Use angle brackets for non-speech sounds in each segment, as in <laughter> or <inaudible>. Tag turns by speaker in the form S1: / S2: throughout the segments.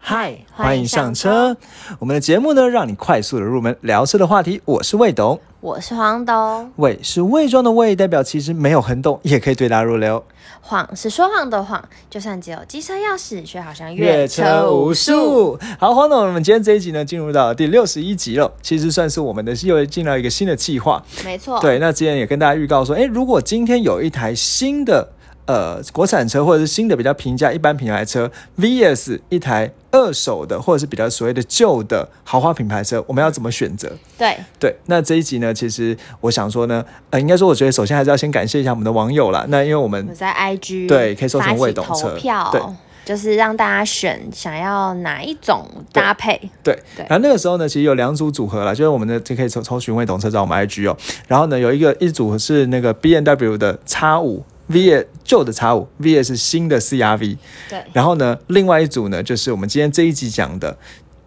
S1: 嗨，
S2: 欢
S1: 欢
S2: 迎
S1: 迎上
S2: 上
S1: 车。我们的节目呢，让你快速的入门聊车的话题。我是魏董，
S2: 我是黄董，
S1: 魏是伪装的魏，代表其实没有很懂，也可以对答如流。
S2: 谎是说谎的谎，就算只有机车钥匙，却好像数。
S1: 数。好，黄总，我们今天这一集呢，进入到第六十一集了，其实算是我们的又进到一个新的计划。
S2: 没错，
S1: 对，那之前也跟大家预告说，诶，如果今天有一台新的呃国产车，或者是新的比较平价一般品牌车，VS 一台二手的或者是比较所谓的旧的豪华品牌车，我们要怎么选择？
S2: 对
S1: 对，那这一集呢，其实我想说呢，呃，应该说，我觉得首先还是要先感谢一下我们的网友啦。那因为我
S2: 我
S1: 们
S2: 们在 IG
S1: 对可以搜寻
S2: 发起
S1: 魏董
S2: 投
S1: 车
S2: 票，
S1: 对
S2: 就是让大家选想要哪一种搭配。
S1: 对，
S2: 对
S1: 然后那个时候呢，其实有两组组合啦，就是我们的就可以搜搜寻魏董车找我们 IG 哦。然后呢，有一个一组是那个 B N W 的 X 五 V 旧的 X 五 V S 新的 C R V，
S2: 对
S1: 然后呢，另外一组呢就是我们今天这一集讲的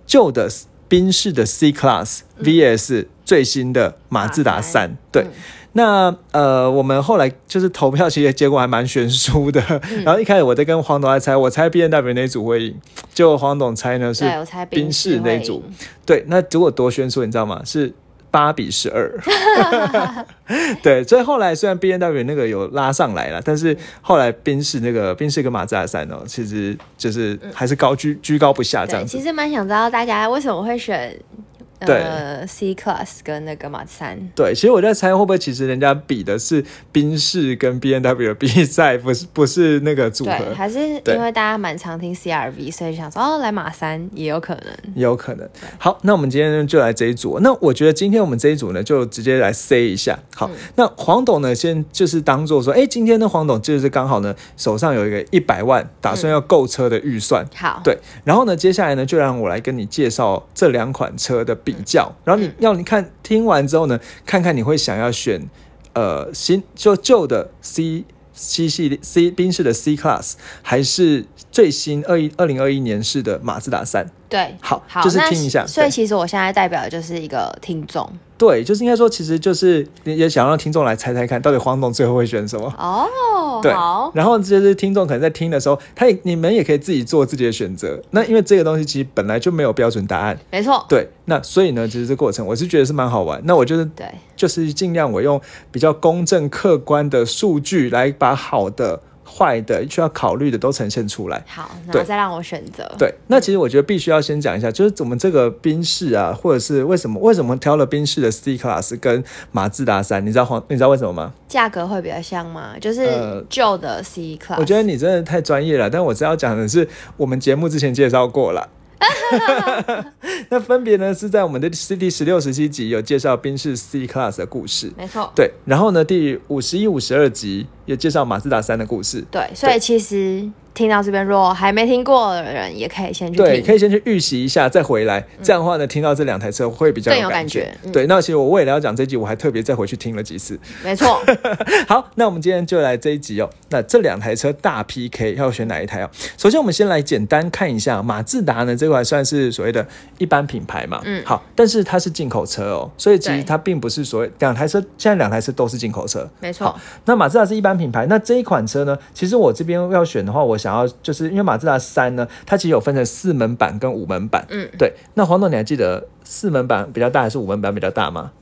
S1: 旧的宾士的 C Class V S 最新的马自达
S2: 马三
S1: 三，对。
S2: 嗯
S1: 那呃，我们后来就是投票，其实结果还蛮悬殊的。 <laughs> 然后一开始我在跟黄董在猜，我猜 B N W 那一组会赢，结果黄董猜呢是
S2: 对，我猜
S1: 宾士那
S2: 会
S1: 一组
S2: 赢。
S1: 对，那结果多悬殊，你知道吗？是八比十二。 <laughs> 对，所以后来虽然 B N W 那个有拉上来了，但是后来宾士那个宾士跟马自达三哦，其实就是还是高居居高不下啊这
S2: 对，
S1: 样子
S2: 其。实蛮想知道大家为什么会选呃 C Class 跟那个马自三。
S1: 对，其实我在猜会不会其实人家比的是宾士跟 B N W 的比赛，不是不是那个组
S2: 对，
S1: 合，
S2: 还是
S1: 对
S2: 因为大家蛮常听 CRV，所以想说哦，来马三也有可能。
S1: 也有可能。好，那我们今天就来这一组。那我觉得今天我们这一组呢，就直接来 C 一下。好，那黄董呢，先就是当做说，哎、今天呢，黄董就是刚好呢，手上有一个一百万，打算要购车的预算。
S2: 好，
S1: 对，然后呢，接下来呢，就让我来跟你介绍这两款车的比较，然后你要你看听完之后呢，看看你会想要选呃新就旧的 C C 系列 C 宾士的 C Class，还是最新二一二零二一年式的马自达三？
S2: 对，
S1: 好
S2: 好，
S1: 就是
S2: 那
S1: 听一下
S2: 所以
S1: 对
S2: 其实我现在代表的就是一个听众
S1: 对，就是应该说，其实就是也想让听众来猜猜看，到底黄董最后会选什么。
S2: 哦。
S1: 对
S2: 好，，
S1: 然后就是听众可能在听的时候，他也你们也可以自己做自己的选择。那因为这个东西其实本来就没有标准答案，
S2: 没错，
S1: 对。那所以呢，其实这过程我是觉得是蛮好玩。那我就是
S2: 对，
S1: 就是尽量我用比较公正客观的数据来把好的、坏的需要考虑的都呈现出来。
S2: 好，然后
S1: 对
S2: 再让我选择。
S1: 对，那其实我觉得必须要先讲一下，就是我们这个宾士啊，或者是为什么为什么挑了宾士的 C Class 跟马自达三，你知道黄你知道为什么吗？
S2: 价格会比较像吗？就
S1: 呃
S2: 是旧的 C Class，
S1: 我觉得你真的太专业了，但我知道讲的是我们节目之前介绍过了。 <laughs> 那分别呢是在我们的第十六、十七集有介绍宾士 C Class 的故事，
S2: 没错，
S1: 对，然后呢第五十一、五十二集也介绍马自达三的故事，
S2: 对，所以其实听到这边，如果还没听过的人，也可以先去
S1: 对，
S2: 听。
S1: 可以先去预习一下，再回来。这样的话呢，听到这两台车会比较
S2: 更有
S1: 感
S2: 感觉嗯
S1: 对，那其实我为了要讲这集，我还特别再回去听了几次。<laughs>
S2: 没错，
S1: 好，那我们今天就来这一集哦。那这两台车大 PK 要选哪一台哦？首先，我们先来简单看一下马自达呢，这款算是所谓的一般品牌嘛。
S2: 嗯
S1: 好，但是它是进口车哦，所以其实
S2: 对
S1: 它并不是所谓两台车，现在两台车都是进口车。
S2: 没错
S1: 好，那马自达是一般品牌，那这一款车呢，其实我这边要选的话，我想要就是因为马自达三呢，它其实有分成四门版跟五门版。
S2: 嗯，
S1: 对。那黄董，你还记得四门版比较大还是五门版比较大吗？ <laughs>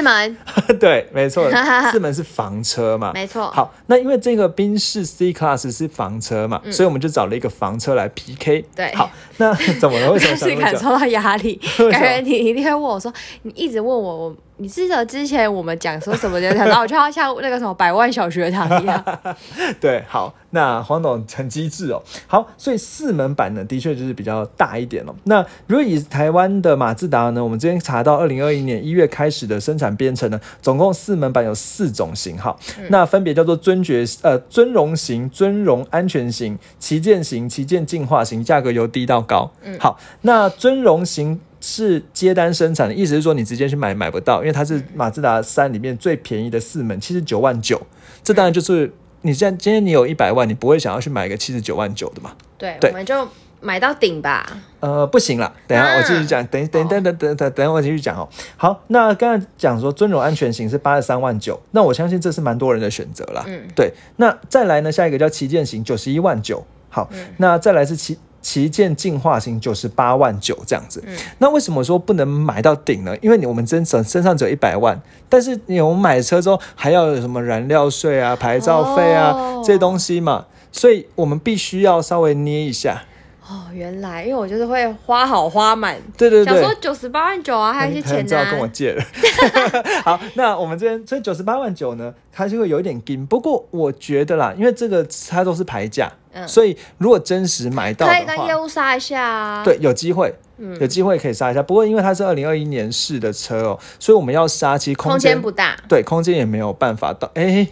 S1: <laughs>
S2: 门，
S1: 对，没
S2: <laughs>
S1: 错，四门是房车嘛。
S2: 没错，
S1: 好，那因为这个宾士 C Class 是房车嘛，所以我们就找了一个房车来 PK。
S2: 嗯对
S1: 好，那 <laughs> 怎么了？为什么
S2: 但
S1: 想
S2: <laughs> 是
S1: 那
S2: 感
S1: 么久？
S2: 受到压力
S1: <laughs> 为什么，
S2: 感觉你一定会问我说，你一直问我，我你记得之前我们讲说什么的，然后我就要像那个什么百万小学堂一样，
S1: <laughs> 对，好，那黄董很机智哦。好，所以四门版呢，的确就是比较大一点哦。那如果以台湾的马自达呢，我们之前查到二零二一年一月开始的生产编程呢，总共四门版有四种型号，那分别叫做尊爵呃尊荣型、尊荣安全型、旗舰型、旗舰进化型，价格由低到高。好，那尊荣型。是接单生产的，意思是说你直接去买买不到，因为它是马自达三里面最便宜的四门，七十九万九。这当然就是你现在今天你有一百万，你不会想要去买一个七十九万九的嘛？
S2: 对，
S1: 对
S2: 我们就买到顶吧，
S1: 呃，不行啦，等一下
S2: 啊
S1: 我继续讲，等等等等等等等一下我继续讲哦。好，那刚才讲说尊荣安全型是八十三万九，那我相信这是蛮多人的选择啦。
S2: 嗯，
S1: 对，那再来呢，下一个叫旗舰型九十一万九。好，
S2: 嗯
S1: 那再来是旗旗舰进化型九十八万九这样
S2: 嗯
S1: 子。那为什么说不能买到顶呢？因为你我们真身身上只有一百万，但是你我们买车之后还要有什么燃料税啊、牌照费啊、
S2: 哦
S1: 这些东西嘛，所以我们必须要稍微捏一下。
S2: 哦，原来因为我就是会花好花满，
S1: 对对
S2: 想
S1: 对，
S2: 说九十八万九啊，还有一些
S1: 那你
S2: 钱
S1: 可能知道跟我
S2: 呢、
S1: 借了。 <laughs> 好，那我们这边所以九十八万九呢，它就会有一点金。不过我觉得啦，因为这个它都是牌价，
S2: 嗯
S1: 所以如果真实买到
S2: 可以
S1: 的
S2: 跟业
S1: 话，
S2: 务杀一下啊。，嗯
S1: 对，有机会。有机会可以杀一下，不过因为它是二零二一年试的车哦，所以我们要杀，其实
S2: 空
S1: 间
S2: 间不大，
S1: 对，空间也没有办法到，哎、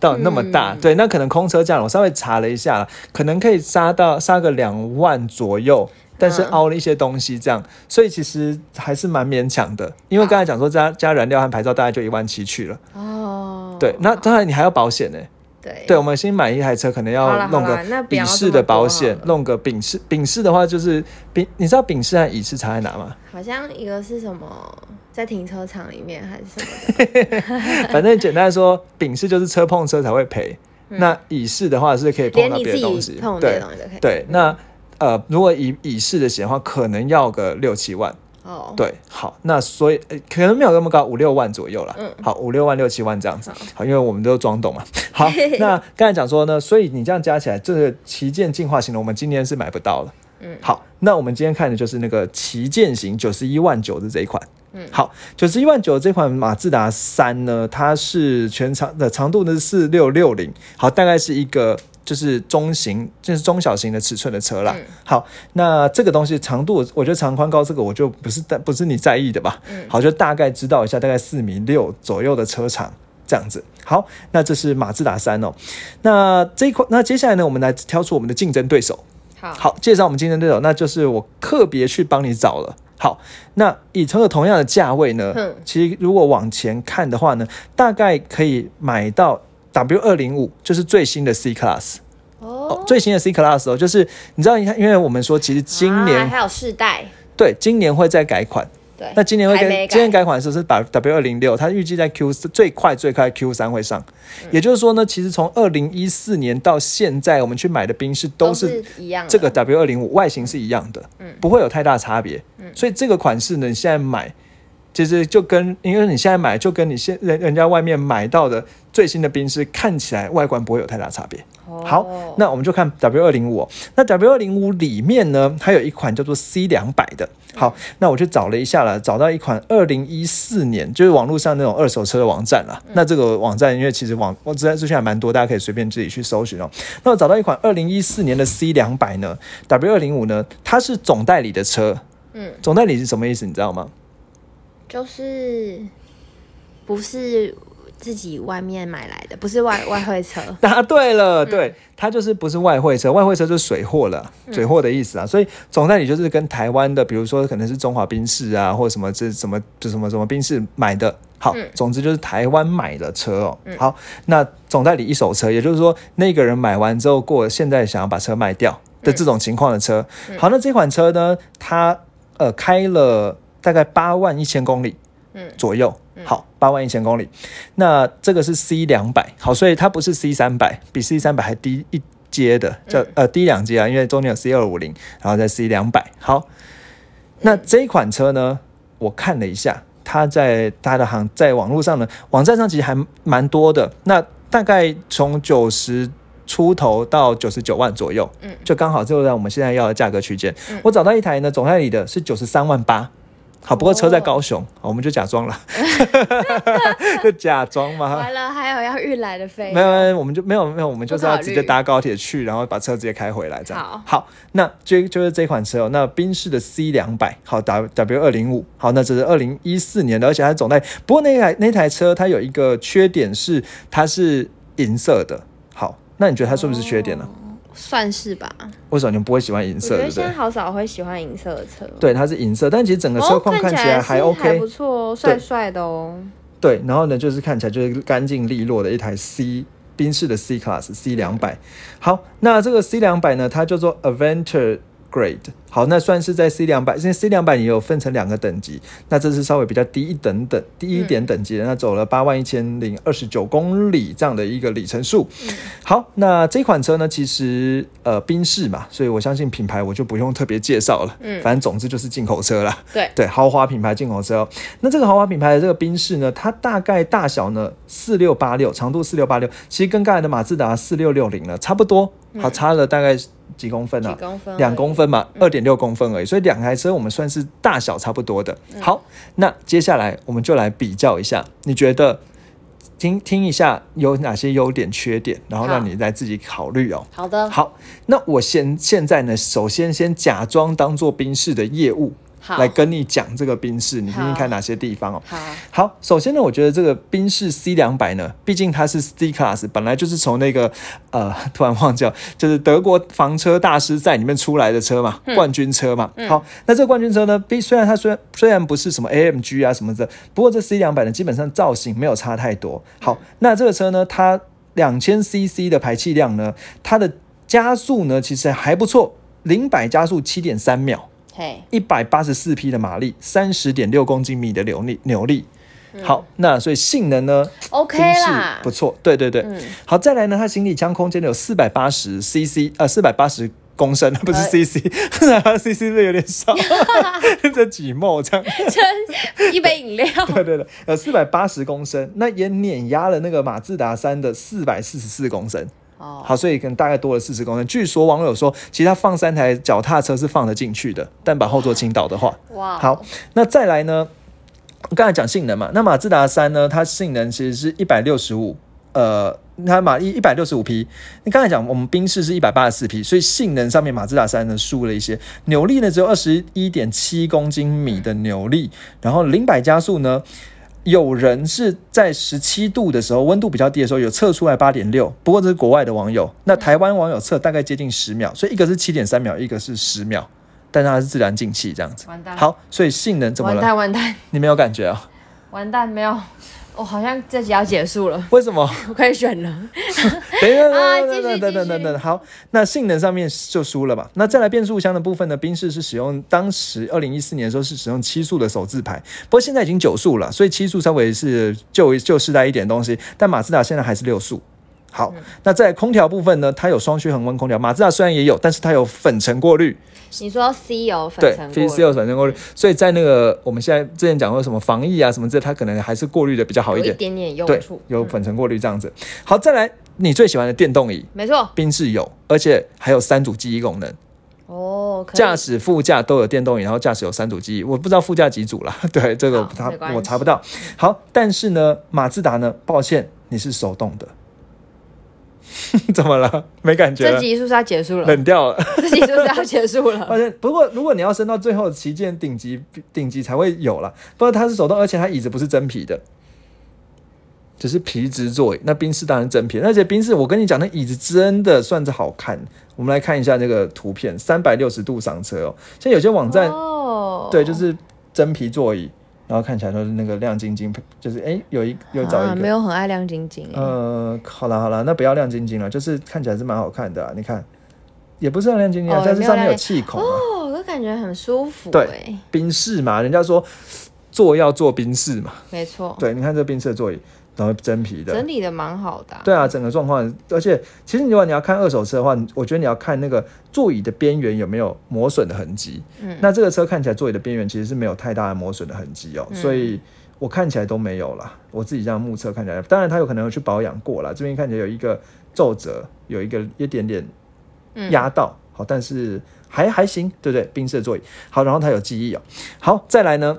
S1: 到那么大，
S2: 嗯
S1: 对，那可能空车价了我稍微查了一下啦，可能可以杀到杀个两万左右，但是
S2: 嗯
S1: 凹了一些东西这样，所以其实还是蛮勉强的，因为刚才讲说加加燃料和牌照大概就一万七去了，
S2: 哦，
S1: 对，那当然你还要保险呢、
S2: 对
S1: 对，我们新买一台车可能
S2: 好
S1: 要
S2: 啦
S1: 弄
S2: 好
S1: 个
S2: 啦那不要
S1: 丙
S2: 这
S1: 式
S2: 么
S1: 的保
S2: 多
S1: 险
S2: 好，了
S1: 弄个丙式，丙式的话就是丙，你知道丙式和乙式差在哪吗？
S2: 好像一个是什么在停车场里面还是什么的， <laughs>
S1: 反正简单地说，丙式就是车碰车才会赔，那乙式的话是可以碰
S2: 嗯连
S1: 到
S2: 你
S1: 别的东
S2: 自
S1: 西
S2: 己，碰
S1: 对
S2: 的东西都可以。
S1: 对。那呃，如果以乙式的险的话，可能要个六七万，
S2: 哦，
S1: 对，好，那所以、呃可能没有那么高，五六万左右啦。
S2: 嗯
S1: 好，五六万六七万这样子
S2: 好。
S1: 好，因为我们都装
S2: <laughs>
S1: 懂嘛。好，那刚才讲说呢，所以你这样加起来，这个旗舰进化型的，我们今天是买不到了。
S2: 嗯，
S1: 好，那我们今天看的就是那个旗舰型九十一万九的这一款。
S2: 嗯
S1: 好，九十一万九这款马自达三呢，它是全长的长度呢是四六六零，好，大概是一个就是中型，就是中小型的尺寸的车啦。
S2: 嗯
S1: 好，那这个东西长度，我觉得长宽高这个我就不是不是你在意的吧？
S2: 嗯
S1: 好，就大概知道一下，大概四米六左右的车长这样子。好，那这是马自达三哦。那这一款，那接下来呢，我们来挑出我们的竞争对手。
S2: 好，
S1: 好，介绍我们竞争对手，那就是我特别去帮你找了。好，那以这个同样的价位呢
S2: 嗯，
S1: 其实如果往前看的话呢，大概可以买到 W 二零五，就是最新的 C Class，、哦
S2: 哦，，
S1: 最新的 C Class 哦，就是你知道，你看，因为我们说其实今年、
S2: 啊还有世代，
S1: 对今年会再改款，
S2: 对，
S1: 那今年会
S2: 还
S1: 跟
S2: 没
S1: 今年
S2: 改，
S1: 改款的时候是把 W 二零六，它预计在 Q 四最快最快 Q 三会上，
S2: 嗯
S1: 也就是说呢，其实从二零一四年到现在，我们去买的宾士都是
S2: 是一样的，
S1: 这个 W 二零五外形是一样的，
S2: 嗯
S1: 不会有太大差别，所以这个款式呢，你现在买，其实就跟因为你现在买，就跟你现人人家外面买到的最新的宾士看起来外观不会有太大差别。
S2: 哦
S1: 好，那我们就看 W 二零五，那 W 二零五里面呢，还有一款叫做 C 两百的。好，那我去找了一下了，找到一款二零一四年，就是网络上那种二手车的网站
S2: 嗯
S1: 啦。那这个网站因为其实网我之前之前还蛮多，大家可以随便自己去搜寻哦。那我找到一款二零一四年的 C 两百呢，W 二零五呢，它是总代理的车。
S2: 嗯，
S1: 总代理是什么意思？你知道吗？
S2: 就是不是自己外面买来的，不是外外汇车，
S1: 答对了，
S2: 嗯
S1: 对，它就是不是外汇车，外汇车就是水货了，
S2: 嗯
S1: 水货的意思啊。所以总代理就是跟台湾的，比如说可能是中华宾士啊，或者什么这什么这什么什么宾士买的。好，
S2: 嗯
S1: 总之就是台湾买的车哦。好，那总代理一手车，也就是说那个人买完之后过，现在想要把车卖掉
S2: 嗯
S1: 的这种情况的车。好，那这款车呢，它呃开了大概八万一千公里，
S2: 嗯
S1: 左右。好，八万一千公里。那这个是 C 两百，好，所以它不是 C 三百，比 C 三百还低一阶
S2: 嗯
S1: 的，叫、呃低两阶啊，因为中间有 C 二五零，然后再 C 两百。好，那这一款车呢，我看了一下，它在它的行在网络上呢，网站上其实还蛮多的，那大概从九十。出头到九十九万左右，
S2: 嗯
S1: 就刚好就在我们现在要的价格区间。
S2: 嗯
S1: 我找到一台呢，总代理的是九十三万八，好，不过车
S2: 哦
S1: 在高雄，好我们就假装了， <laughs> 就假装嘛，
S2: 完了还有要预来的费，
S1: 啊没有，没有，我们就没有没有，我们就是要
S2: 不考虑
S1: 直接搭高铁去，然后把车直接开回来这样。
S2: 好
S1: 那就就是这款车哦，那宾士的 C 两百，好 W W 二零五，好，那这是二零一四年的，而且它总代，不过那台那台车它有一个缺点是它是银色的，好，那你觉得它是不是缺点呢、
S2: 算是吧。
S1: 为什么你们不会喜欢银
S2: 哦我
S1: 色，
S2: 觉
S1: 对
S2: 得
S1: 不
S2: 现
S1: 对
S2: 在？好少会喜欢银色的车，
S1: 对，它是银色，但其实整个
S2: 哦，
S1: 车况看
S2: 看
S1: 起
S2: 来
S1: 来还
S2: 是
S1: OK，、
S2: 还不错哦，
S1: 对
S2: 帅帅的哦。
S1: 对，然后呢，就是看起来就是干净利落的一台 C 宾士的 C Class C 两百。好，那这个 C 两百呢，它叫做 Aventure Grade。好，那算是在 C 两百，现在 C 两百也有分成两个等级，那这是稍微比较低一等等低一点等级的，那走了八万一千零二十九公里这样的一个里程数。好，那这款车呢，其实呃宾士嘛，所以我相信品牌我就不用特别介绍了，
S2: 嗯
S1: 反正总之就是进口车啦。
S2: 对，
S1: 对，豪华品牌进口车哦。那这个豪华品牌的这个宾士呢，它大概大小呢四六八六，长度四六八六，其实跟刚才的马自达四六六零呢差不多，
S2: 嗯
S1: 好差了大概几公分
S2: 几
S1: 啊？
S2: 公分而已，嗯
S1: 两公分嘛，二点六公分而已，所以两台车我们算是大小差不多的。
S2: 嗯
S1: 好，那接下来我们就来比较一下，你觉得听听一下有哪些优点、缺点，然后让
S2: 好
S1: 你来自己考虑哦。
S2: 好的，
S1: 好，那我现现在呢，首先先假装当做宾士的业务
S2: 好
S1: 来跟你讲这个宾士，你听听
S2: 好
S1: 看哪些地方哦。
S2: 好，
S1: 好，首先呢，我觉得这个宾士 C 两百呢，毕竟它是 C Class，本来就是从那个呃， <laughs> 突然忘记了，就是德国房车大师赛里面出来的车嘛，冠军车嘛。好，那这个冠军车呢，毕虽然它虽然虽然不是什么 AMG 啊什么的，不过这 C 两百呢，基本上造型没有差太多。好，那这个车呢，它两千 CC 的排气量呢，它的加速呢其实还不错，零百加速七点三秒。
S2: 嘿，
S1: 一百八十四匹的马力，三十点六公斤米的扭力扭力。好，那所以性能呢
S2: 嗯 OK
S1: 宾士
S2: 啦
S1: 不错，对对对。
S2: 嗯
S1: 好，再来呢，它行李箱空间有四百八十 CC，呃，四百八十公升， <laughs> 不是
S2: 哎
S1: CC，CC 是不是有点少？ <laughs> 这几毛
S2: <laughs>
S1: 这样。
S2: 真一杯
S1: <laughs>
S2: 饮料，
S1: 对对对，呃，四百八十公升，那也碾压了那个马自达三的四百四十四公升。
S2: 哦，
S1: 好，所以可能大概多了四十公升。据说网友说，其实它放三台脚踏车是放得进去的，但把后座倾倒的话，
S2: 哇，
S1: 好，那再来呢？刚才讲性能嘛，那马自达三呢，它性能其实是一百六十五，呃，它马一一百六十五匹。你刚才讲我们宾士是一百八十四匹，所以性能上面马自达三呢输了一些。扭力呢只有二十一点七公斤米的扭力，然后零百加速呢。有人是在十七度的时候，温度比较低的时候，有测出来八点六，不过这是国外的网友，那台湾网友测大概接近十秒，所以一个是七点三秒，一个是十秒，但是它是自然进气这样子。
S2: 完蛋，，
S1: 好，所以性能怎么
S2: 完
S1: 了？
S2: 蛋，完蛋，
S1: 你没有感觉啊？
S2: 完蛋，没有，我好像这集要结束了， <laughs>
S1: 为什么？
S2: 我可以选了，
S1: 等一下，
S2: 啊
S1: 等
S2: 继续
S1: 等等等
S2: 啊继续
S1: 等等，好，那性能上面就输了嘛。那再来变速箱的部分呢？宾士是使用当时二零一四年的时候是使用七速的手自排，不过现在已经九速了，所以七速稍微是旧旧时代一点东西，但马自达现在还是六速。好，
S2: 嗯
S1: 那在空调部分呢？它有双区恒温空调，马自达虽然也有，但是它有粉尘过滤，
S2: 你说 C 油
S1: 对
S2: 粉尘过
S1: p
S2: 滤
S1: c 有粉尘过滤，所以在那个我们现在之前讲过什么防疫啊什么之类，它可能还是过滤的比较好
S2: 有
S1: 一
S2: 一
S1: 点。
S2: 点点用
S1: 对
S2: 处，，
S1: 有粉尘过滤这样子。好，再来你最喜欢的电动椅，
S2: 没错，
S1: 宾士有，而且还有三组记忆功能，
S2: 哦，可以
S1: 驾驶、副驾都有电动椅，然后驾驶有三组记忆，我不知道副驾几组啦， <laughs> 对，这个我
S2: 好
S1: 查
S2: 没关系嗯
S1: 我查不到。好，但是呢，马自达呢，抱歉，你是手动的， <laughs> 怎么了？没感觉
S2: 这
S1: 了？
S2: 集是不是要结束了？
S1: 冷掉了。
S2: 这集是不是要结束了？
S1: 而且，不过如果你要升到最后旗舰顶级顶级才会有啦。不过它是手动，而且它椅子不是真皮的，只是皮质座椅。那宾士当然是真皮，而且宾士我跟你讲，那椅子真的算是好看。我们来看一下这个图片，三百六十度上车哦。 <laughs> 现在有些网站、
S2: 哦，
S1: 对，就是真皮座椅，然后看起来都是那个亮晶晶，就是哎有一有找
S2: 啊
S1: 一
S2: 没
S1: 个。
S2: 有很爱亮晶晶欸，
S1: 呃，好啦好啦，那不要亮晶晶了，就是看起来是蛮好看的啊啦。你看，也不是很亮晶晶啊，
S2: 哦
S1: 但
S2: 也
S1: 是
S2: 没有
S1: 上面有
S2: 亮
S1: 气孔啊。
S2: 哦，我感觉很舒服，
S1: 对
S2: 哎，
S1: 宾士嘛，人家说坐要坐宾士嘛。
S2: 没错，
S1: 对，你看这宾士的座椅，然后真皮的
S2: 整，理的蛮好的啊，
S1: 对啊，整个状况。而且其实如果你要看二手车的话，我觉得你要看那个座椅的边缘有没有磨损的痕迹。
S2: 嗯
S1: 那这个车看起来座椅的边缘其实是没有太大的磨损的痕迹哦，所以。我看起来都没有啦，我自己这样目测看起来，当然它有可能有去保养过啦。这边看起来有一个皱褶，有一个一点点
S2: 嗯
S1: 压到，好，但是还还行，对不对？冰色座椅，好，然后它有记忆哦。好，再来呢？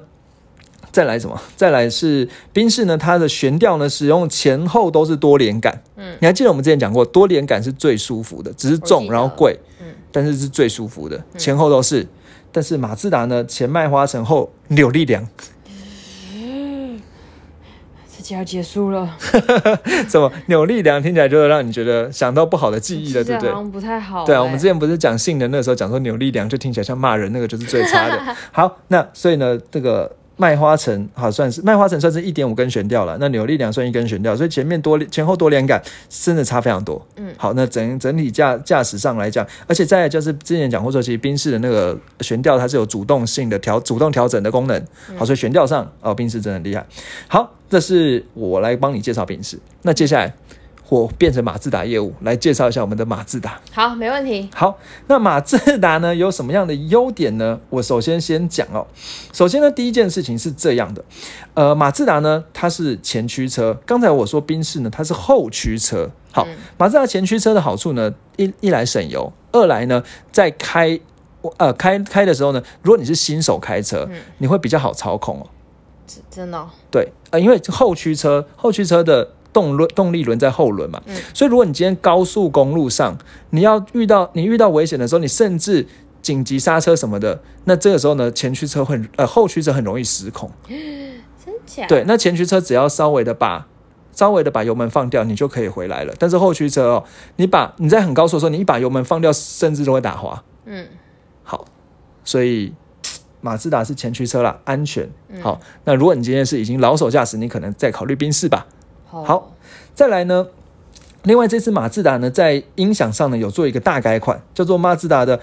S1: 再来什么？再来是宾士呢，它的悬吊呢，使用前后都是多连杆。
S2: 嗯，
S1: 你还记得我们之前讲过，多连杆是最舒服的，只是
S2: 我记
S1: 重
S2: 得
S1: 然后贵，
S2: 嗯，
S1: 但是是最舒服的，前后都是。但是马自达呢，前麦花臣后扭力梁， <laughs>
S2: 这集要结束了，
S1: 怎么扭力梁听起来就让你觉得想到不好的记忆了，
S2: 这
S1: 对不对
S2: 好？像不太好欸，
S1: 对啊，我们之前不是讲
S2: <laughs>
S1: 性能的时候讲说扭力梁就听起来像骂人，那个就是最差的。好，那所以呢，这个麦花臣好算是麦花臣算是一点五根悬吊了，那扭力梁算一根悬吊，所以前面多前后多连杆真的差非常多。
S2: 嗯
S1: 好，那整整体驾驾驶上来讲，而且再来就是之前讲过说，其实宾士的那个悬吊它是有主动性的调主动调整的功能。
S2: 嗯
S1: 好，所以悬吊上哦，宾士真的很厉害。好，这是我来帮你介绍宾士。那接下来我变成马自达业务来介绍一下我们的马自达。
S2: 好，没问题。
S1: 好，那马自达呢有什么样的优点呢？我首先先讲哦。首先呢，第一件事情是这样的，呃，马自达呢它是前驱车，刚才我说宾士呢它是后驱车。好
S2: 嗯，
S1: 马自达前驱车的好处呢，一一来省油，二来呢在开呃开开的时候呢，如果你是新手开车，
S2: 嗯
S1: 你会比较好操控哦。
S2: 真真的哦、
S1: 对，呃，因为后驱车后驱车的动轮动力轮在后轮嘛，
S2: 嗯
S1: 所以如果你今天高速公路上，你要遇到你遇到危险的时候，你甚至紧急刹车什么的，那这个时候呢，前驱车很呃后驱车很容易失控。
S2: 真假？
S1: 对，那前驱车只要稍微的把稍微的把油门放掉，你就可以回来了。但是后驱车哦，你把你在很高速的时候，你一把油门放掉，甚至都会打滑。
S2: 嗯，
S1: 好，所以马自达是前驱车啦，安全。好，那如果你今天是已经老手驾驶，你可能再考虑宾士吧。
S2: 好
S1: 好再来呢，另外这次马自达呢，在音响上呢有做一个大改款，叫做马自达的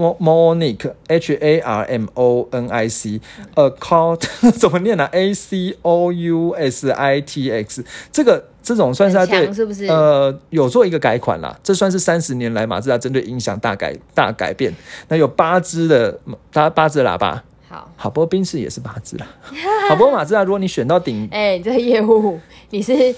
S1: Harmonic H A R M O N I C，呃，call <laughs> 怎么念呢、啊、？A C O U S I T X，这个这种算是它
S2: 很
S1: 对
S2: 强是不是？
S1: 呃，有做一个改款啦，这算是三十年来马自达针对音响大改大改变。那有八支的八八支喇叭，
S2: 好，
S1: 好，不过宾士也是八支
S2: <laughs>
S1: 啦。好，不过马自达，如果你选到顶，
S2: 哎、这个业务 <laughs> 你是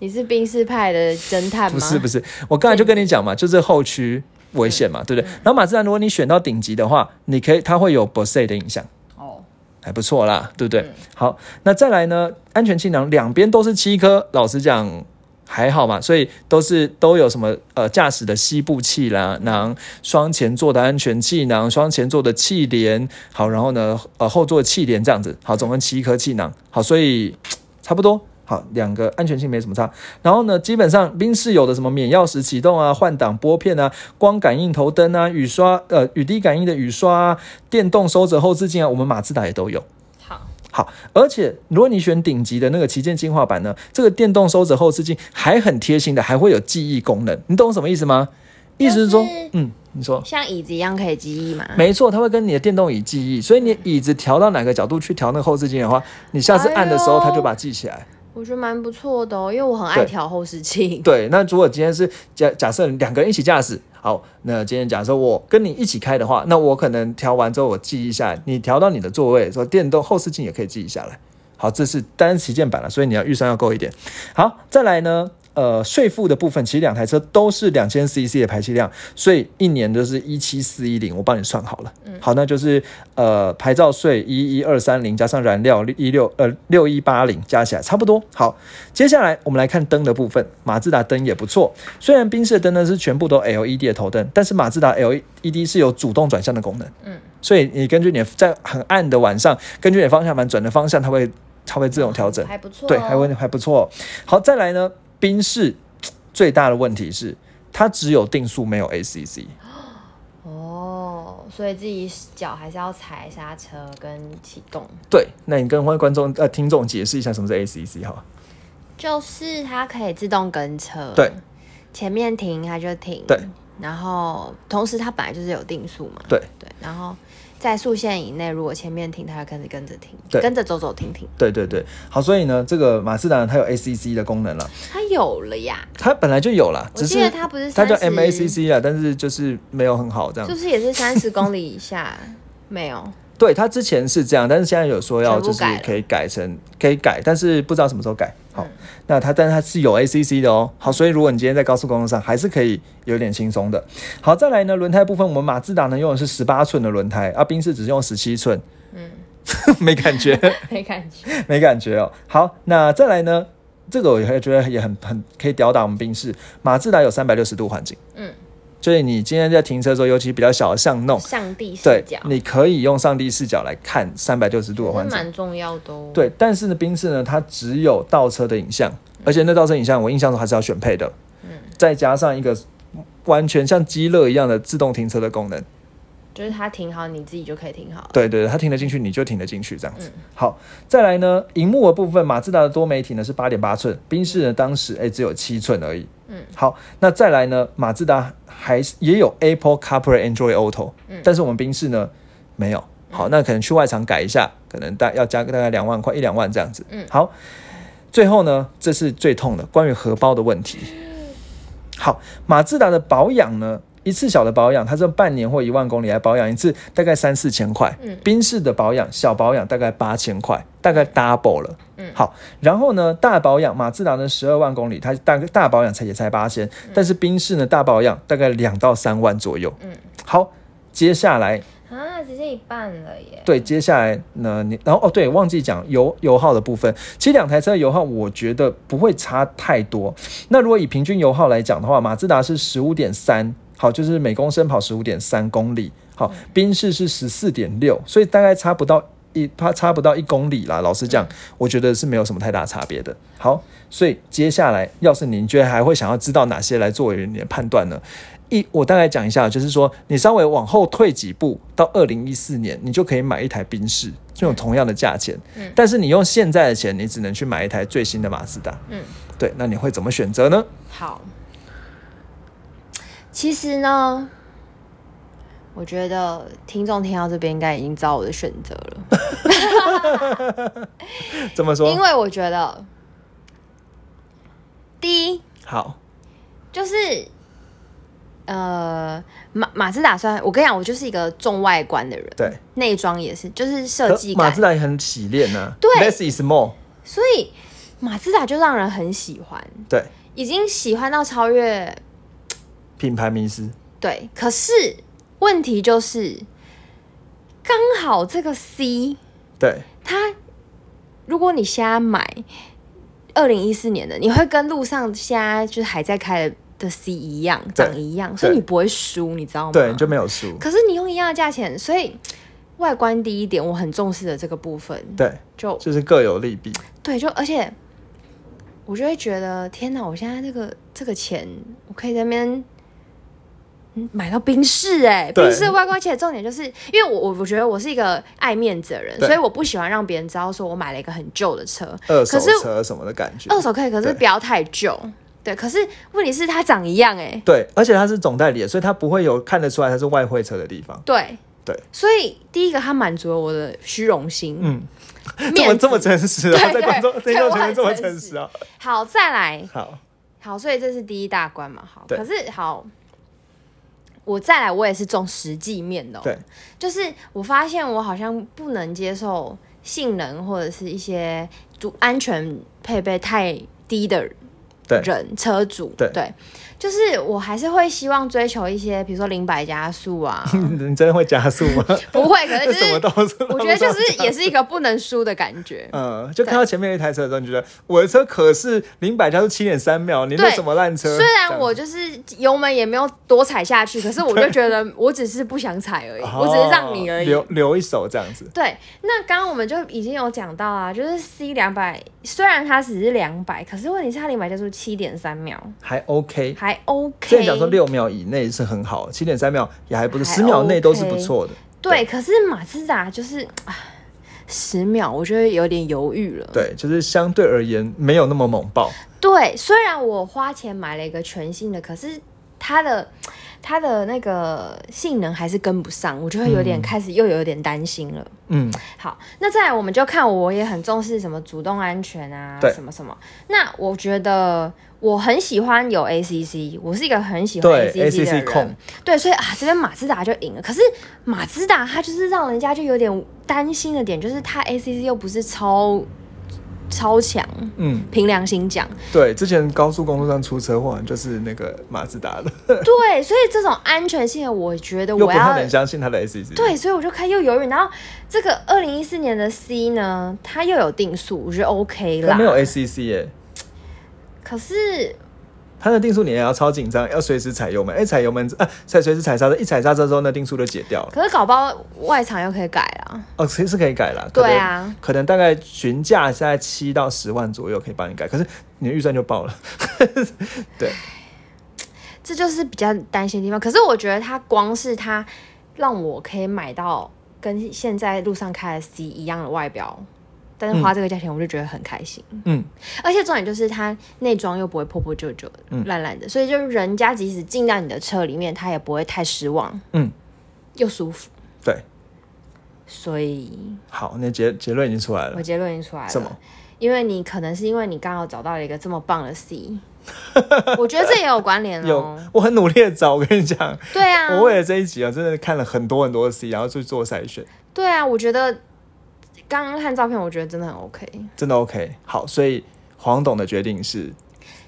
S2: 你是冰士派的侦探吗？
S1: 不是不是，我刚才就跟你讲嘛，就是后驱危险嘛，对不对？然后马自达，如果你选到顶级的话，你可以它会有 Bose 的影响，
S2: 哦，
S1: 还不错啦，对不对？
S2: 嗯
S1: 好，那再来呢，安全气囊两边都是七颗，老实讲。还好嘛，所以都是都有什么呃驾驶的膝部气啦囊、双前座的安全气囊、双前座的气帘，好，然后呢呃后座的气帘这样子，好，总共七颗气囊，好，所以差不多。好，两个安全性没什么差。然后呢，基本上宾士有的什么免钥匙启动啊、换挡拨片啊、光感应头灯啊、雨刷呃雨滴感应的雨刷啊、电动收折后视镜啊，我们马自达也都有。
S2: 好，
S1: 好，而且如果你选顶级的那个旗舰进化版呢，这个电动收折后视镜还很贴心的，还会有记忆功能，你懂我什么意思吗？意思是说，
S2: 就是
S1: 嗯，你说。
S2: 像椅子一样可以记忆嘛？
S1: 没错，它会跟你的电动椅记忆，所以你椅子调到哪个角度去调那个后视镜的话，你下次按的时候
S2: 哎呦
S1: 它就把它记起来。
S2: 我觉得蛮不错的哦，因为我很
S1: 对
S2: 爱调后视镜。
S1: 对，那如果今天是假假设两个人一起驾驶，好，那今天假设我跟你一起开的话，那我可能调完之后我记一下，你调到你的座位的时候，电动后视镜也可以记一下来。好，这是单旗舰版了，所以你要预算要够一点。好，再来呢，呃，税负的部分，其实两台车都是两千 CC 的排气量，所以一年就是一七四一零，我帮你算好了。好，那就是呃，牌照税一一二三零加上燃料一六呃六一八零加起来差不多。好，接下来我们来看灯的部分，马自达灯也不错。虽然宾士的灯呢是全部都 LED 的头灯，但是马自达 LED 是有主动转向的功能。
S2: 嗯，
S1: 所以你根据你的在很暗的晚上，根据你的方向盘转的方向，它会它会自动调整。
S2: 还不错、哦，
S1: 对，还会还不错哦、好，再来呢，宾士最大的问题是它只有定速没有 ACC。
S2: 哦，所以自己脚还是要踩刹车跟启动。
S1: 对，那你跟观众呃听众解释一下什么是 ACC 好了？
S2: 就是它可以自动跟车，
S1: 对，
S2: 前面停它就停，
S1: 对，
S2: 然后同时它本来就是有定速嘛，
S1: 对
S2: 对，然后在速限以内，如果前面停，它就跟着跟着停，
S1: 对
S2: 跟着走走停停，
S1: 对对对，好，所以呢，这个马自达它有 ACC 的功能了，
S2: 它有了呀，
S1: 它本来就有了，
S2: 我
S1: 只
S2: 记得
S1: 是
S2: 它不是
S1: 它叫
S2: 30
S1: MACC 啊，但是就是没有很好这样
S2: 就。是也是三十 <laughs> 公里以下没有，
S1: 对，它之前是这样，但是现在有说要
S2: 全部
S1: 就是
S2: 改了
S1: 可以改成可以改，但是不知道什么时候改。好
S2: 嗯，
S1: 那它但是它是有 ACC 的哦。好，所以如果你今天在高速公路上，还是可以有点轻松的。好，再来呢，轮胎部分，我们马自达呢用的是十八寸的轮胎，啊，宾士只是用十七寸，
S2: 嗯，
S1: <laughs> 没感觉。 <laughs>
S2: 没感觉，
S1: 没感觉哦。好，那再来呢？这个我也觉得也很很可以吊打我们宾士。马自达有三百六十度环境，
S2: 嗯，
S1: 所以你今天在停车的时候，尤其比较小的巷弄，
S2: <laughs> 上帝视
S1: 对
S2: 角，，
S1: 你可以用上帝视角来看三百六十度的
S2: 是
S1: 环境。
S2: 蛮重要的哦，，
S1: 对，但是呢，宾士呢，它只有倒车的影像，而且那倒车影像我印象中还是要选配的，
S2: 嗯，
S1: 再加上一个完全像鸡肋一样的自动停车的功能。
S2: 就是它停好，你自己就可以停好了。
S1: 对对，对它停得进去你就停得进去这样子。
S2: 嗯
S1: 好，再来呢，荧幕的部分，马自达的多媒体呢是八点八寸，宾士呢当时哎、只有七寸而已。
S2: 嗯，
S1: 好，那再来呢，马自达还是也有 Apple CarPlay、Android Auto，
S2: 嗯
S1: 但是我们宾士呢没有。好，那可能去外场改一下，可能大要加个大概两万块一两万这样子。
S2: 嗯
S1: 好，最后呢，这是最痛的关于荷包的问题。好，马自达的保养呢，一次小的保养，它是半年或一万公里来保养一次，大概三四千块。
S2: 嗯
S1: 宾士的保养小保养大概八千块，大概 double 了。
S2: 嗯
S1: 好，然后呢，大保养马自达呢十二万公里，它大大保养才也才八千，但是宾士呢大保养大概两到三万左右。
S2: 嗯，
S1: 好，接下来
S2: 啊，直接一半了耶。
S1: 对，接下来呢，你然后哦，对，忘记讲油油耗的部分。其实两台车的油耗，我觉得不会差太多。那如果以平均油耗来讲的话，马自达是十五点三，好，就是每公升跑十五点三公里，好，宾士是十四点六，所以大概差不到一，它差不到一公里啦。老实讲，我觉得是没有什么太大差别的。好，所以接下来，要是您觉得还会想要知道哪些来作为你的判断呢？一，我大概讲一下，就是说你稍微往后退几步，到二零一四年，你就可以买一台宾士，这种同样的价钱。
S2: 嗯
S1: 但是你用现在的钱，你只能去买一台最新的马自达。
S2: 嗯，
S1: 对，那你会怎么选择呢？
S2: 好。其实呢，我觉得听众听到这边应该已经知道我的选择了。
S1: 怎么
S2: 因
S1: 说？
S2: 为我觉得，第一
S1: 好，
S2: 就是，呃，马马自达虽然我跟你讲，我就是一个重外观的人，
S1: 对，
S2: 内装也是，就是设计
S1: 可马
S2: 感
S1: 自，达也很洗练呐、
S2: 对
S1: ，less is more。
S2: 所以马自达就让人很喜欢，
S1: 对，
S2: 已经喜欢到超越
S1: 品牌迷失。
S2: 对。可是问题就是，刚好这个 C
S1: 对，
S2: 它，如果你现在买二零一四年的，你会跟路上现在就是还在开的的 C 一样，
S1: 对
S2: 长一样，所以你不会输，你知道吗？
S1: 对，你就没有输。
S2: 可是你用一样的价钱，所以外观第一点我很重视的这个部分，
S1: 对，
S2: 就
S1: 就是各有利弊。
S2: 对，就而且我就会觉得，天哪！我现在这个这个钱，我可以在那边。嗯买到宾士哎、
S1: 对
S2: 宾士的外观，而且重点就是，因为我我我觉得我是一个爱面子的人，
S1: 对
S2: 所以我不喜欢让别人知道说我买了一个很旧的车，
S1: 二手
S2: 可是
S1: 车什么的感觉。
S2: 二手可以，可是
S1: 对
S2: 不要太旧。对，可是问题是它长一样哎、
S1: 对，而且它是总代理的，所以它不会有看得出来它是外汇车的地方。
S2: 对
S1: 对，
S2: 所以第一个它满足了我的虚荣心，
S1: 嗯，<laughs>
S2: 面
S1: 这么
S2: 子
S1: 这么诚实啊，
S2: 对
S1: 在观众
S2: 对
S1: 听众前
S2: 对我
S1: 面
S2: 很
S1: 这么
S2: 诚
S1: 诚
S2: 实
S1: 实啊。
S2: 好，再来，
S1: 好，
S2: 好，所以这是第一大关嘛，好，
S1: 对
S2: 可是好，我再来，我也是重实际面的、哦，
S1: 对，
S2: 就是我发现我好像不能接受性能或者是一些主安全配备太低的
S1: 对
S2: 人车主，
S1: 对
S2: 就是我还是会希望追求一些，比如说零百加速啊，
S1: <laughs>
S2: <laughs>
S1: 你真的会加速吗？ <laughs>
S2: 不会，呃可是就
S1: 什么
S2: 是
S1: 都是，。
S2: 我觉得就是也是一个不能输的感觉
S1: 嗯，就看到前面有一台车的时候，你觉得我的车可是零百加速七点三秒，你那
S2: 对
S1: 什么烂车？
S2: 虽
S1: 这
S2: 然
S1: 样
S2: 我就是油门也没有多踩下去，可是我就觉得我只是不想踩而已，
S1: 哦
S2: 我只是让你而已。
S1: 留哦留一手这样子。
S2: 对，那刚刚我们就已经有讲到啊，就是 C 两百，虽然它只是两百，可是问题是它零百加速七点三秒，
S1: 还 OK。
S2: 还 OK。
S1: 之前讲说六秒以内是很好，七点三秒也还不错，
S2: 还
S1: 十秒内
S2: OK
S1: 都是不错的。
S2: 对，可是马自达就是十秒，我觉得有点犹豫了。
S1: 对，就是相对而言没有那么猛爆。
S2: 对，虽然我花钱买了一个全新的，可是它的它的那个性能还是跟不上，我就会有点开始又有点担心了。
S1: 嗯，
S2: 好，那再来我们就看，我也很重视什么主动安全啊
S1: 对，
S2: 什么什么。那我觉得我很喜欢有 ACC，我是一个很喜欢
S1: 对
S2: ACC 的人，
S1: ACC 控
S2: 对，所以啊，这边马自达就赢了。可是马自达它就是让人家就有点担心的点，就是它 ACC 又不是超超强，
S1: 嗯，
S2: 凭良心讲，
S1: 对，之前高速公路上出车祸好像就是那个马自达的，
S2: 对，所以这种安全性的，我觉得
S1: 又不
S2: 我要
S1: 太能相信它的 E ACC。
S2: 对，所以我就开始又犹豫。然后这个二零一四年的 C 呢，它又有定速，我觉得 OK
S1: 它
S2: 啦。
S1: 没有 ACC 耶、
S2: 可是
S1: 它的定速你也要超紧张，要随时踩油门。哎、踩油门啊，踩随时踩刹车，一踩刹车之后，那定速就解掉了。
S2: 可是搞不好外场又可以改啊啦。
S1: 哦，其实是可以改啦。可能
S2: 对，啊，
S1: 可能大概询价在七到十万左右可以帮你改，可是你的预算就爆了。
S2: 这就是比较担心的地方。可是我觉得它光是它让我可以买到跟现在路上开的 C 一样的外表，但是花这个价钱我就觉得很开心。
S1: 嗯，
S2: 而且重点就是它内装又不会破破旧旧的、
S1: 嗯
S2: 烂烂的，所以就是人家即使进到你的车里面，他也不会太失望。
S1: 嗯，
S2: 又舒服。
S1: 对，
S2: 所以
S1: 好，那结结论已经出来了
S2: 我，结论已经出来了。
S1: 什么？
S2: 因为你可能是因为你刚好找到了一个这么棒
S1: <laughs>
S2: 的 C，我觉得这也有关联
S1: 有
S2: 哦。，
S1: 我很努力的找，我跟你讲，
S2: 对啊，
S1: 我为了这一集啊，真的看了很多很多的 C，然后去做筛选，
S2: 对啊，我觉得刚刚看照片，我觉得真的很 OK。
S1: 真的 OK。好，所以黄董的决定是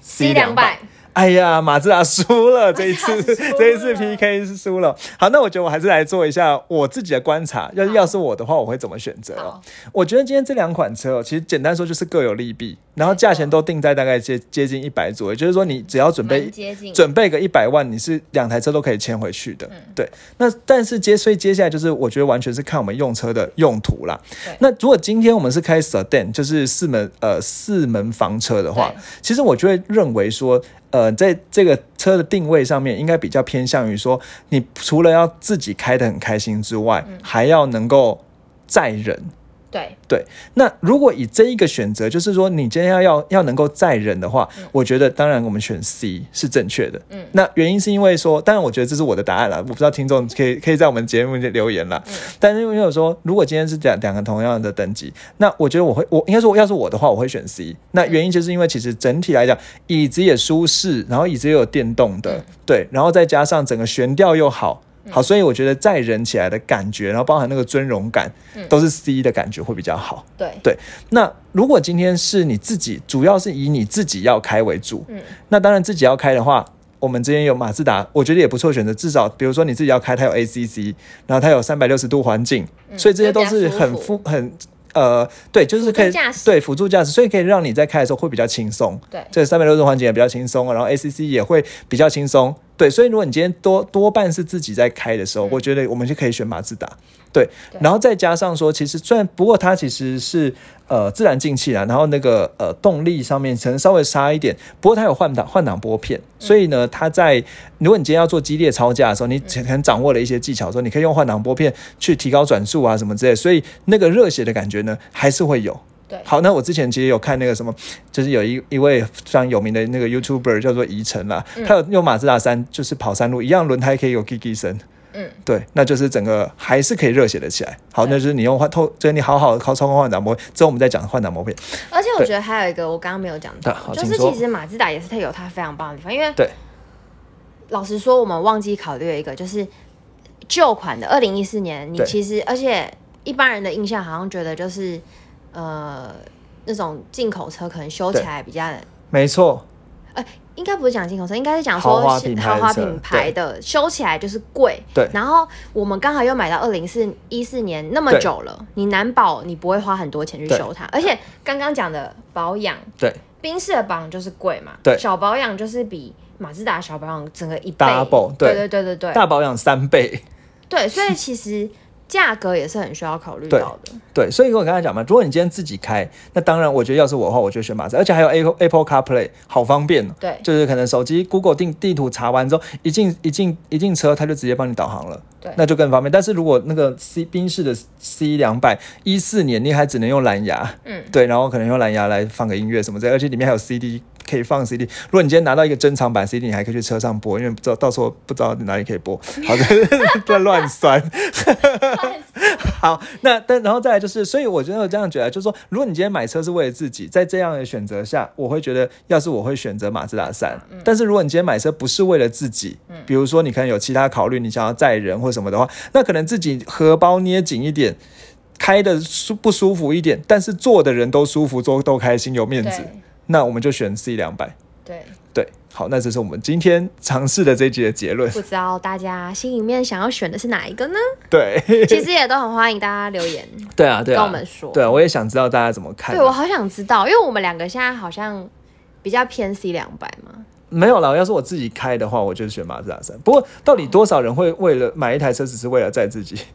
S2: C 两百。
S1: 哎呀，马自达输了，这一次
S2: 马自达输了
S1: 这一次 PK 是输了。好，那我觉得我还是来做一下我自己的观察。要
S2: 好
S1: 要是我的话，我会怎么选择哦
S2: 好？
S1: 我觉得今天这两款车哦，其实简单说就是各有利弊，然后价钱都定在大概接接近一百左右，也就是说你只要准备
S2: 蛮接近
S1: 准备个一百万，你是两台车都可以签回去的。
S2: 嗯
S1: 对，那但是接所以接下来就是我觉得完全是看我们用车的用途啦
S2: 对。
S1: 那如果今天我们是开 sedan，就是四门呃四门房车的话
S2: 对，
S1: 其实我就会认为说。呃，在这个车的定位上面，应该比较偏向于说，你除了要自己开得很开心之外，
S2: 嗯
S1: 还要能够载人。
S2: 对，
S1: 对，那如果以这一个选择，就是说你今天要要要能够载人的话，我觉得当然我们选 C 是正确的。嗯，那原因是因为说，当然我觉得这是我的答案啦，我不知道听众可以可以在我们节目里留言啦。但是因为我说，如果今天是两两个同样的等级，那我觉得我会我应该说，要是我的话，我会选 C。那原因就是因为其实整体来讲，椅子也舒适，然后椅子也有电动的，对，然后再加上整个悬吊又好。好，所以我觉得载人起来的感觉，然后包含那个尊荣感，都是 C 的感觉会比较好。
S2: 对，
S1: 对，那如果今天是你自己，主要是以你自己要开为主，
S2: 嗯，
S1: 那当然自己要开的话，我们之前有马自达，我觉得也不错选择。至少比如说你自己要开，它有 ACC，然后它有三百六十度环境，所以这些都是很
S2: 嗯就比较舒
S1: 富很呃，对，就是可以
S2: 辅助驾驶
S1: 对辅助驾驶，所以可以让你在开的时候会比较轻松。
S2: 对
S1: 这三百六十度环境也比较轻松，然后 ACC 也会比较轻松。对，所以如果你今天多多半是自己在开的时候，我觉得我们就可以选马自达。对，
S2: 嗯对
S1: 然后再加上说，其实虽然不过它其实是呃自然进气啦，然后那个呃动力上面可能稍微差一点，不过它有换挡换挡拨
S2: 嗯
S1: 片，所以呢，它在如果你今天要做激烈超驾的时候，你
S2: 嗯
S1: 可能掌握了一些技巧，说你可以用换挡拨片去提高转速啊什么之类，所以那个热血的感觉呢还是会有。
S2: 对
S1: 好，那我之前其实有看那个什么，就是有一一位非常有名的那个 YouTuber 叫做宜晨啦，
S2: 嗯
S1: 他有用马自达三，就是跑山路一样，轮胎可以有 Gigi 声。
S2: 嗯，
S1: 对，那就是整个还是可以热血的起来。好，那
S2: 对
S1: 就是你用换透，就是你好好靠操控换挡模，之后我们再讲换挡模片。
S2: 而且我
S1: 对
S2: 觉得还有一个我刚刚没有讲到
S1: 对好，
S2: 就
S1: 请
S2: 是
S1: 说
S2: 其实马自达也是它有它非常棒的地方，因为
S1: 对，
S2: 老实说，我们忘记考虑了一个，就是旧款的二零一四年，你
S1: 对
S2: 其实而且一般人的印象好像觉得就是呃那种进口车可能修起来比较。
S1: 没错，
S2: 应该不是讲进口车，应该是讲
S1: 豪
S2: 说
S1: 华
S2: 是
S1: 品牌
S2: 豪华
S1: 的车
S2: 品牌的修起来就是贵。
S1: 对
S2: 然后我们刚好又买到二零四一四年那么
S1: 对
S2: 久了，你难保你不会花很多钱去
S1: 对
S2: 修它，而且刚刚讲的保养，
S1: 对
S2: 宾士的保养就是贵嘛，
S1: 对
S2: 小保养就是比马自达小保养整个一倍
S1: Double，对
S2: 对对对对对
S1: 大保养三倍。
S2: 对，所以其实价格也是很需要考虑
S1: 对 <laughs>
S2: 到的。
S1: 对，所以我刚才讲嘛，如果你今天自己开，那当然，我觉得要是我的话，我就选马自达，而且还有 Apple Apple CarPlay，好方便哦。
S2: 对
S1: 就是可能手机 Google 定地图查完之后，一进一进一进车，它就直接帮你导航了，
S2: 对
S1: 那就更方便。但是如果那个 C 宾士的 C 两百一四年，你还只能用蓝牙，
S2: 嗯，
S1: 对，然后可能用蓝牙来放个音乐什么之类，而且里面还有 CD 可以放 CD。如果你今天拿到一个珍藏版 CD，你还可以去车上播，因为不知道到时候不知道哪里可以播，好 <laughs> 的，乱乱酸。好，那但然后再来就是，所以我觉得我这样觉得，就是说，如果你今天买车是为了自己，在这样的选择下，我会觉得，要是我会选择马自达三、
S2: 嗯
S1: 但是如果你今天买车不是为了自己，比如说你可能有其他考虑，你想要载人或什么的话，那可能自己荷包捏紧一点。开的舒不舒服一点，但是坐的人都舒服，都都开心，有面子
S2: 对，
S1: 那我们就选 C 两百。
S2: 对，
S1: 对，好，那这是我们今天尝试的这一集的结论。
S2: 不知道大家心里面想要选的是哪一个
S1: <laughs>
S2: 呢？
S1: 对，
S2: 其实也都很欢迎大家留
S1: <laughs>
S2: 言。
S1: 对啊，对啊，
S2: 跟我们说
S1: 对啊，我也想知道大家怎么看啊、
S2: 对，我好想知道，因为我们两个现在好像比较偏 C 两百嘛。
S1: 没有啦，要是我自己开的话，我就是选马自达三。不过，到底多少人会为了买一台车只是为了载自己？ <laughs>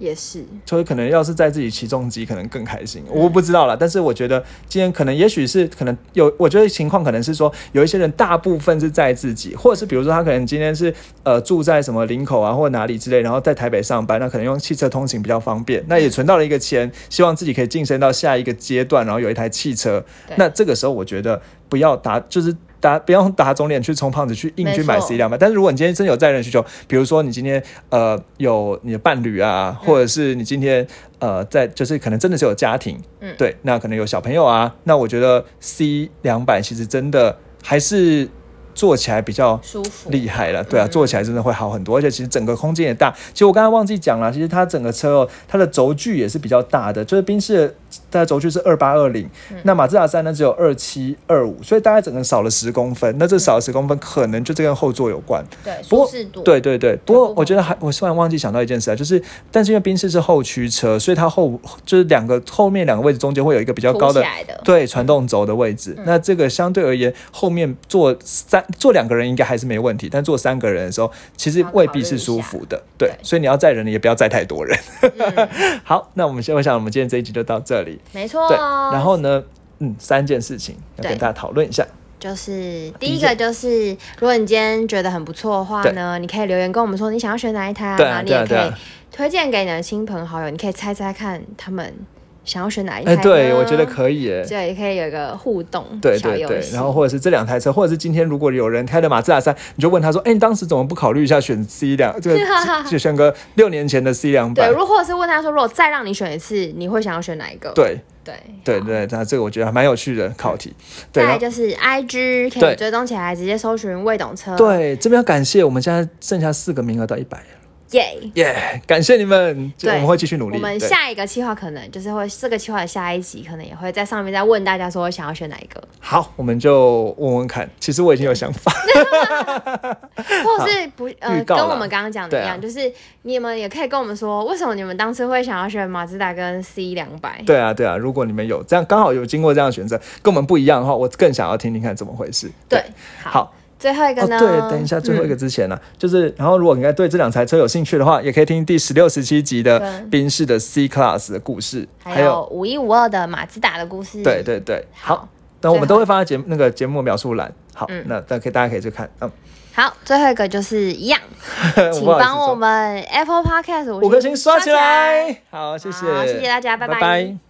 S2: 也是，
S1: 所以可能要是在自己起重机，可能更开心。我不知道啦，但是我觉得今天可能也许是可能有，我觉得情况可能是说有一些人大部分是在自己，或者是比如说他可能今天是呃住在什么林口啊或哪里之类，然后在台北上班，那可能用汽车通勤比较方便，那也存到了一个钱，希望自己可以晋升到下一个阶段，然后有一台汽车
S2: 对。
S1: 那这个时候我觉得不要打就是。打不要打肿脸去充胖子，去硬去买
S2: 没错
S1: C 两百。但是如果你今天真的有载人需求，比如说你今天呃有你的伴侣啊，
S2: 嗯
S1: 或者是你今天呃在就是可能真的是有家庭，
S2: 嗯
S1: 对，那可能有小朋友啊，那我觉得 C 两百其实真的还是做起来比较
S2: 舒服，
S1: 厉害了，对啊，
S2: 嗯
S1: 做起来真的会好很多，而且其实整个空间也大。其实我刚才忘记讲了，其实它整个车哦，它的轴距也是比较大的，就是宾士的它的轴距是二八二零，
S2: 嗯
S1: 那马自达三呢只有二七二五，所以大概整个少了十公分。那这少了十公分，可能就这跟后座有关。
S2: 对，
S1: 不
S2: 舒
S1: 过
S2: 适度，
S1: 对对对，不
S2: 部
S1: 过
S2: 分
S1: 我觉得还我突然忘记想到一件事啊，就是但是因为宾士是后驱车，所以它后就是两个后面两个位置中间会有一个比较
S2: 凸
S1: 高的
S2: 起来的，
S1: 对传动轴的位
S2: 嗯
S1: 置。那这个相对而言，后面坐三坐两个人应该还是没问题，但坐三个人的时候，其实
S2: 要
S1: 未
S2: 考
S1: 必
S2: 虑
S1: 是
S2: 一
S1: 舒
S2: 下
S1: 服的。对，
S2: 对
S1: 所以你要载人，你也不要载太多人。 <laughs> 好，那我们先我想我们今天这一集就到这里。
S2: 没错
S1: 对，
S2: 哦。
S1: 然后呢，嗯，三件事情要跟
S2: 对
S1: 大家讨论一下。
S2: 就是
S1: 第
S2: 第
S1: 一
S2: 一个就是，如果你今天觉得很不错的话
S1: 对
S2: 呢，你可以留言跟我们说你想要选哪一台啊，
S1: 对啊
S2: 然后你
S1: 对啊
S2: 也可
S1: 对
S2: 以
S1: 啊
S2: 推荐给你的亲朋好友，你可以猜猜看他们想要选哪一台
S1: 哎、
S2: 呢。
S1: 对，我觉得可以耶。
S2: 对，可以有一个互动
S1: 对
S2: 哦小
S1: 对
S2: 游
S1: 对，
S2: 戏
S1: 然后或者是这两台车，或者是今天如果有人开了马自达三，你就问他说：“哎，你当时怎么不考虑一下选 C 两？
S2: <laughs>
S1: 这个就选个六年前的 C 两
S2: 对，
S1: 百
S2: 如？”果或者是问他说，如果再让你选一次，你会想要选哪一个？
S1: 对
S2: 对
S1: 对
S2: 好
S1: 对，那这个我觉得还蛮有趣的考题。对，
S2: 再
S1: 然
S2: 来
S1: 后
S2: 就是 I G 可
S1: 对
S2: 以追踪起来，直接搜寻未懂车。，
S1: 对这边要感谢我们现在剩下四个名额到一百，
S2: 耶、
S1: 耶！感谢你们，就
S2: 对
S1: 我们会继续努力。
S2: 我们
S1: 对
S2: 下一个计划可能就是会这个计划的下一集，可能也会在上面再问大家说想要选哪一个，
S1: 好，我们就问问看。其实我已经有想法，
S2: <laughs> 或者是不
S1: 预
S2: 呃
S1: 告
S2: 跟
S1: 啦
S2: 我们刚刚讲的一样，
S1: 对啊
S2: 就是你们也可以跟我们说为什么你们当初会想要选马自达跟 C 两百。
S1: 对啊对啊。如果你们有这样刚好有经过这样的选择，跟我们不一样的话，我更想要听听看怎么回事。
S2: 对，好，
S1: 好，
S2: 最后一个
S1: 哦，
S2: 呢？嗯
S1: 对，等一下，最后一个之前呢、就是，然后如果你该对这两台车有兴趣的话，也可以听第十六、十七集的
S2: 对
S1: 宾士的 C Class 的故事，
S2: 还有五一五二的马自达的故事。
S1: 对对对，好
S2: 嗯好，
S1: 那我们
S2: 最
S1: 都
S2: 后
S1: 会放在节目那个节目描述栏。好，
S2: 嗯
S1: 那那可以大家可以去看，嗯， <laughs>
S2: 好，最后一个就是一样，
S1: 我 <laughs>
S2: 请
S1: 不好意思
S2: 帮我
S1: 说
S2: 们 Apple Podcast
S1: 五
S2: 五
S1: 颗
S2: 颗
S1: 星
S2: 星
S1: 刷
S2: 刷
S1: 起
S2: 起
S1: 来
S2: 来。，
S1: 好，谢谢，
S2: 好谢谢大家拜
S1: 拜
S2: 拜
S1: 拜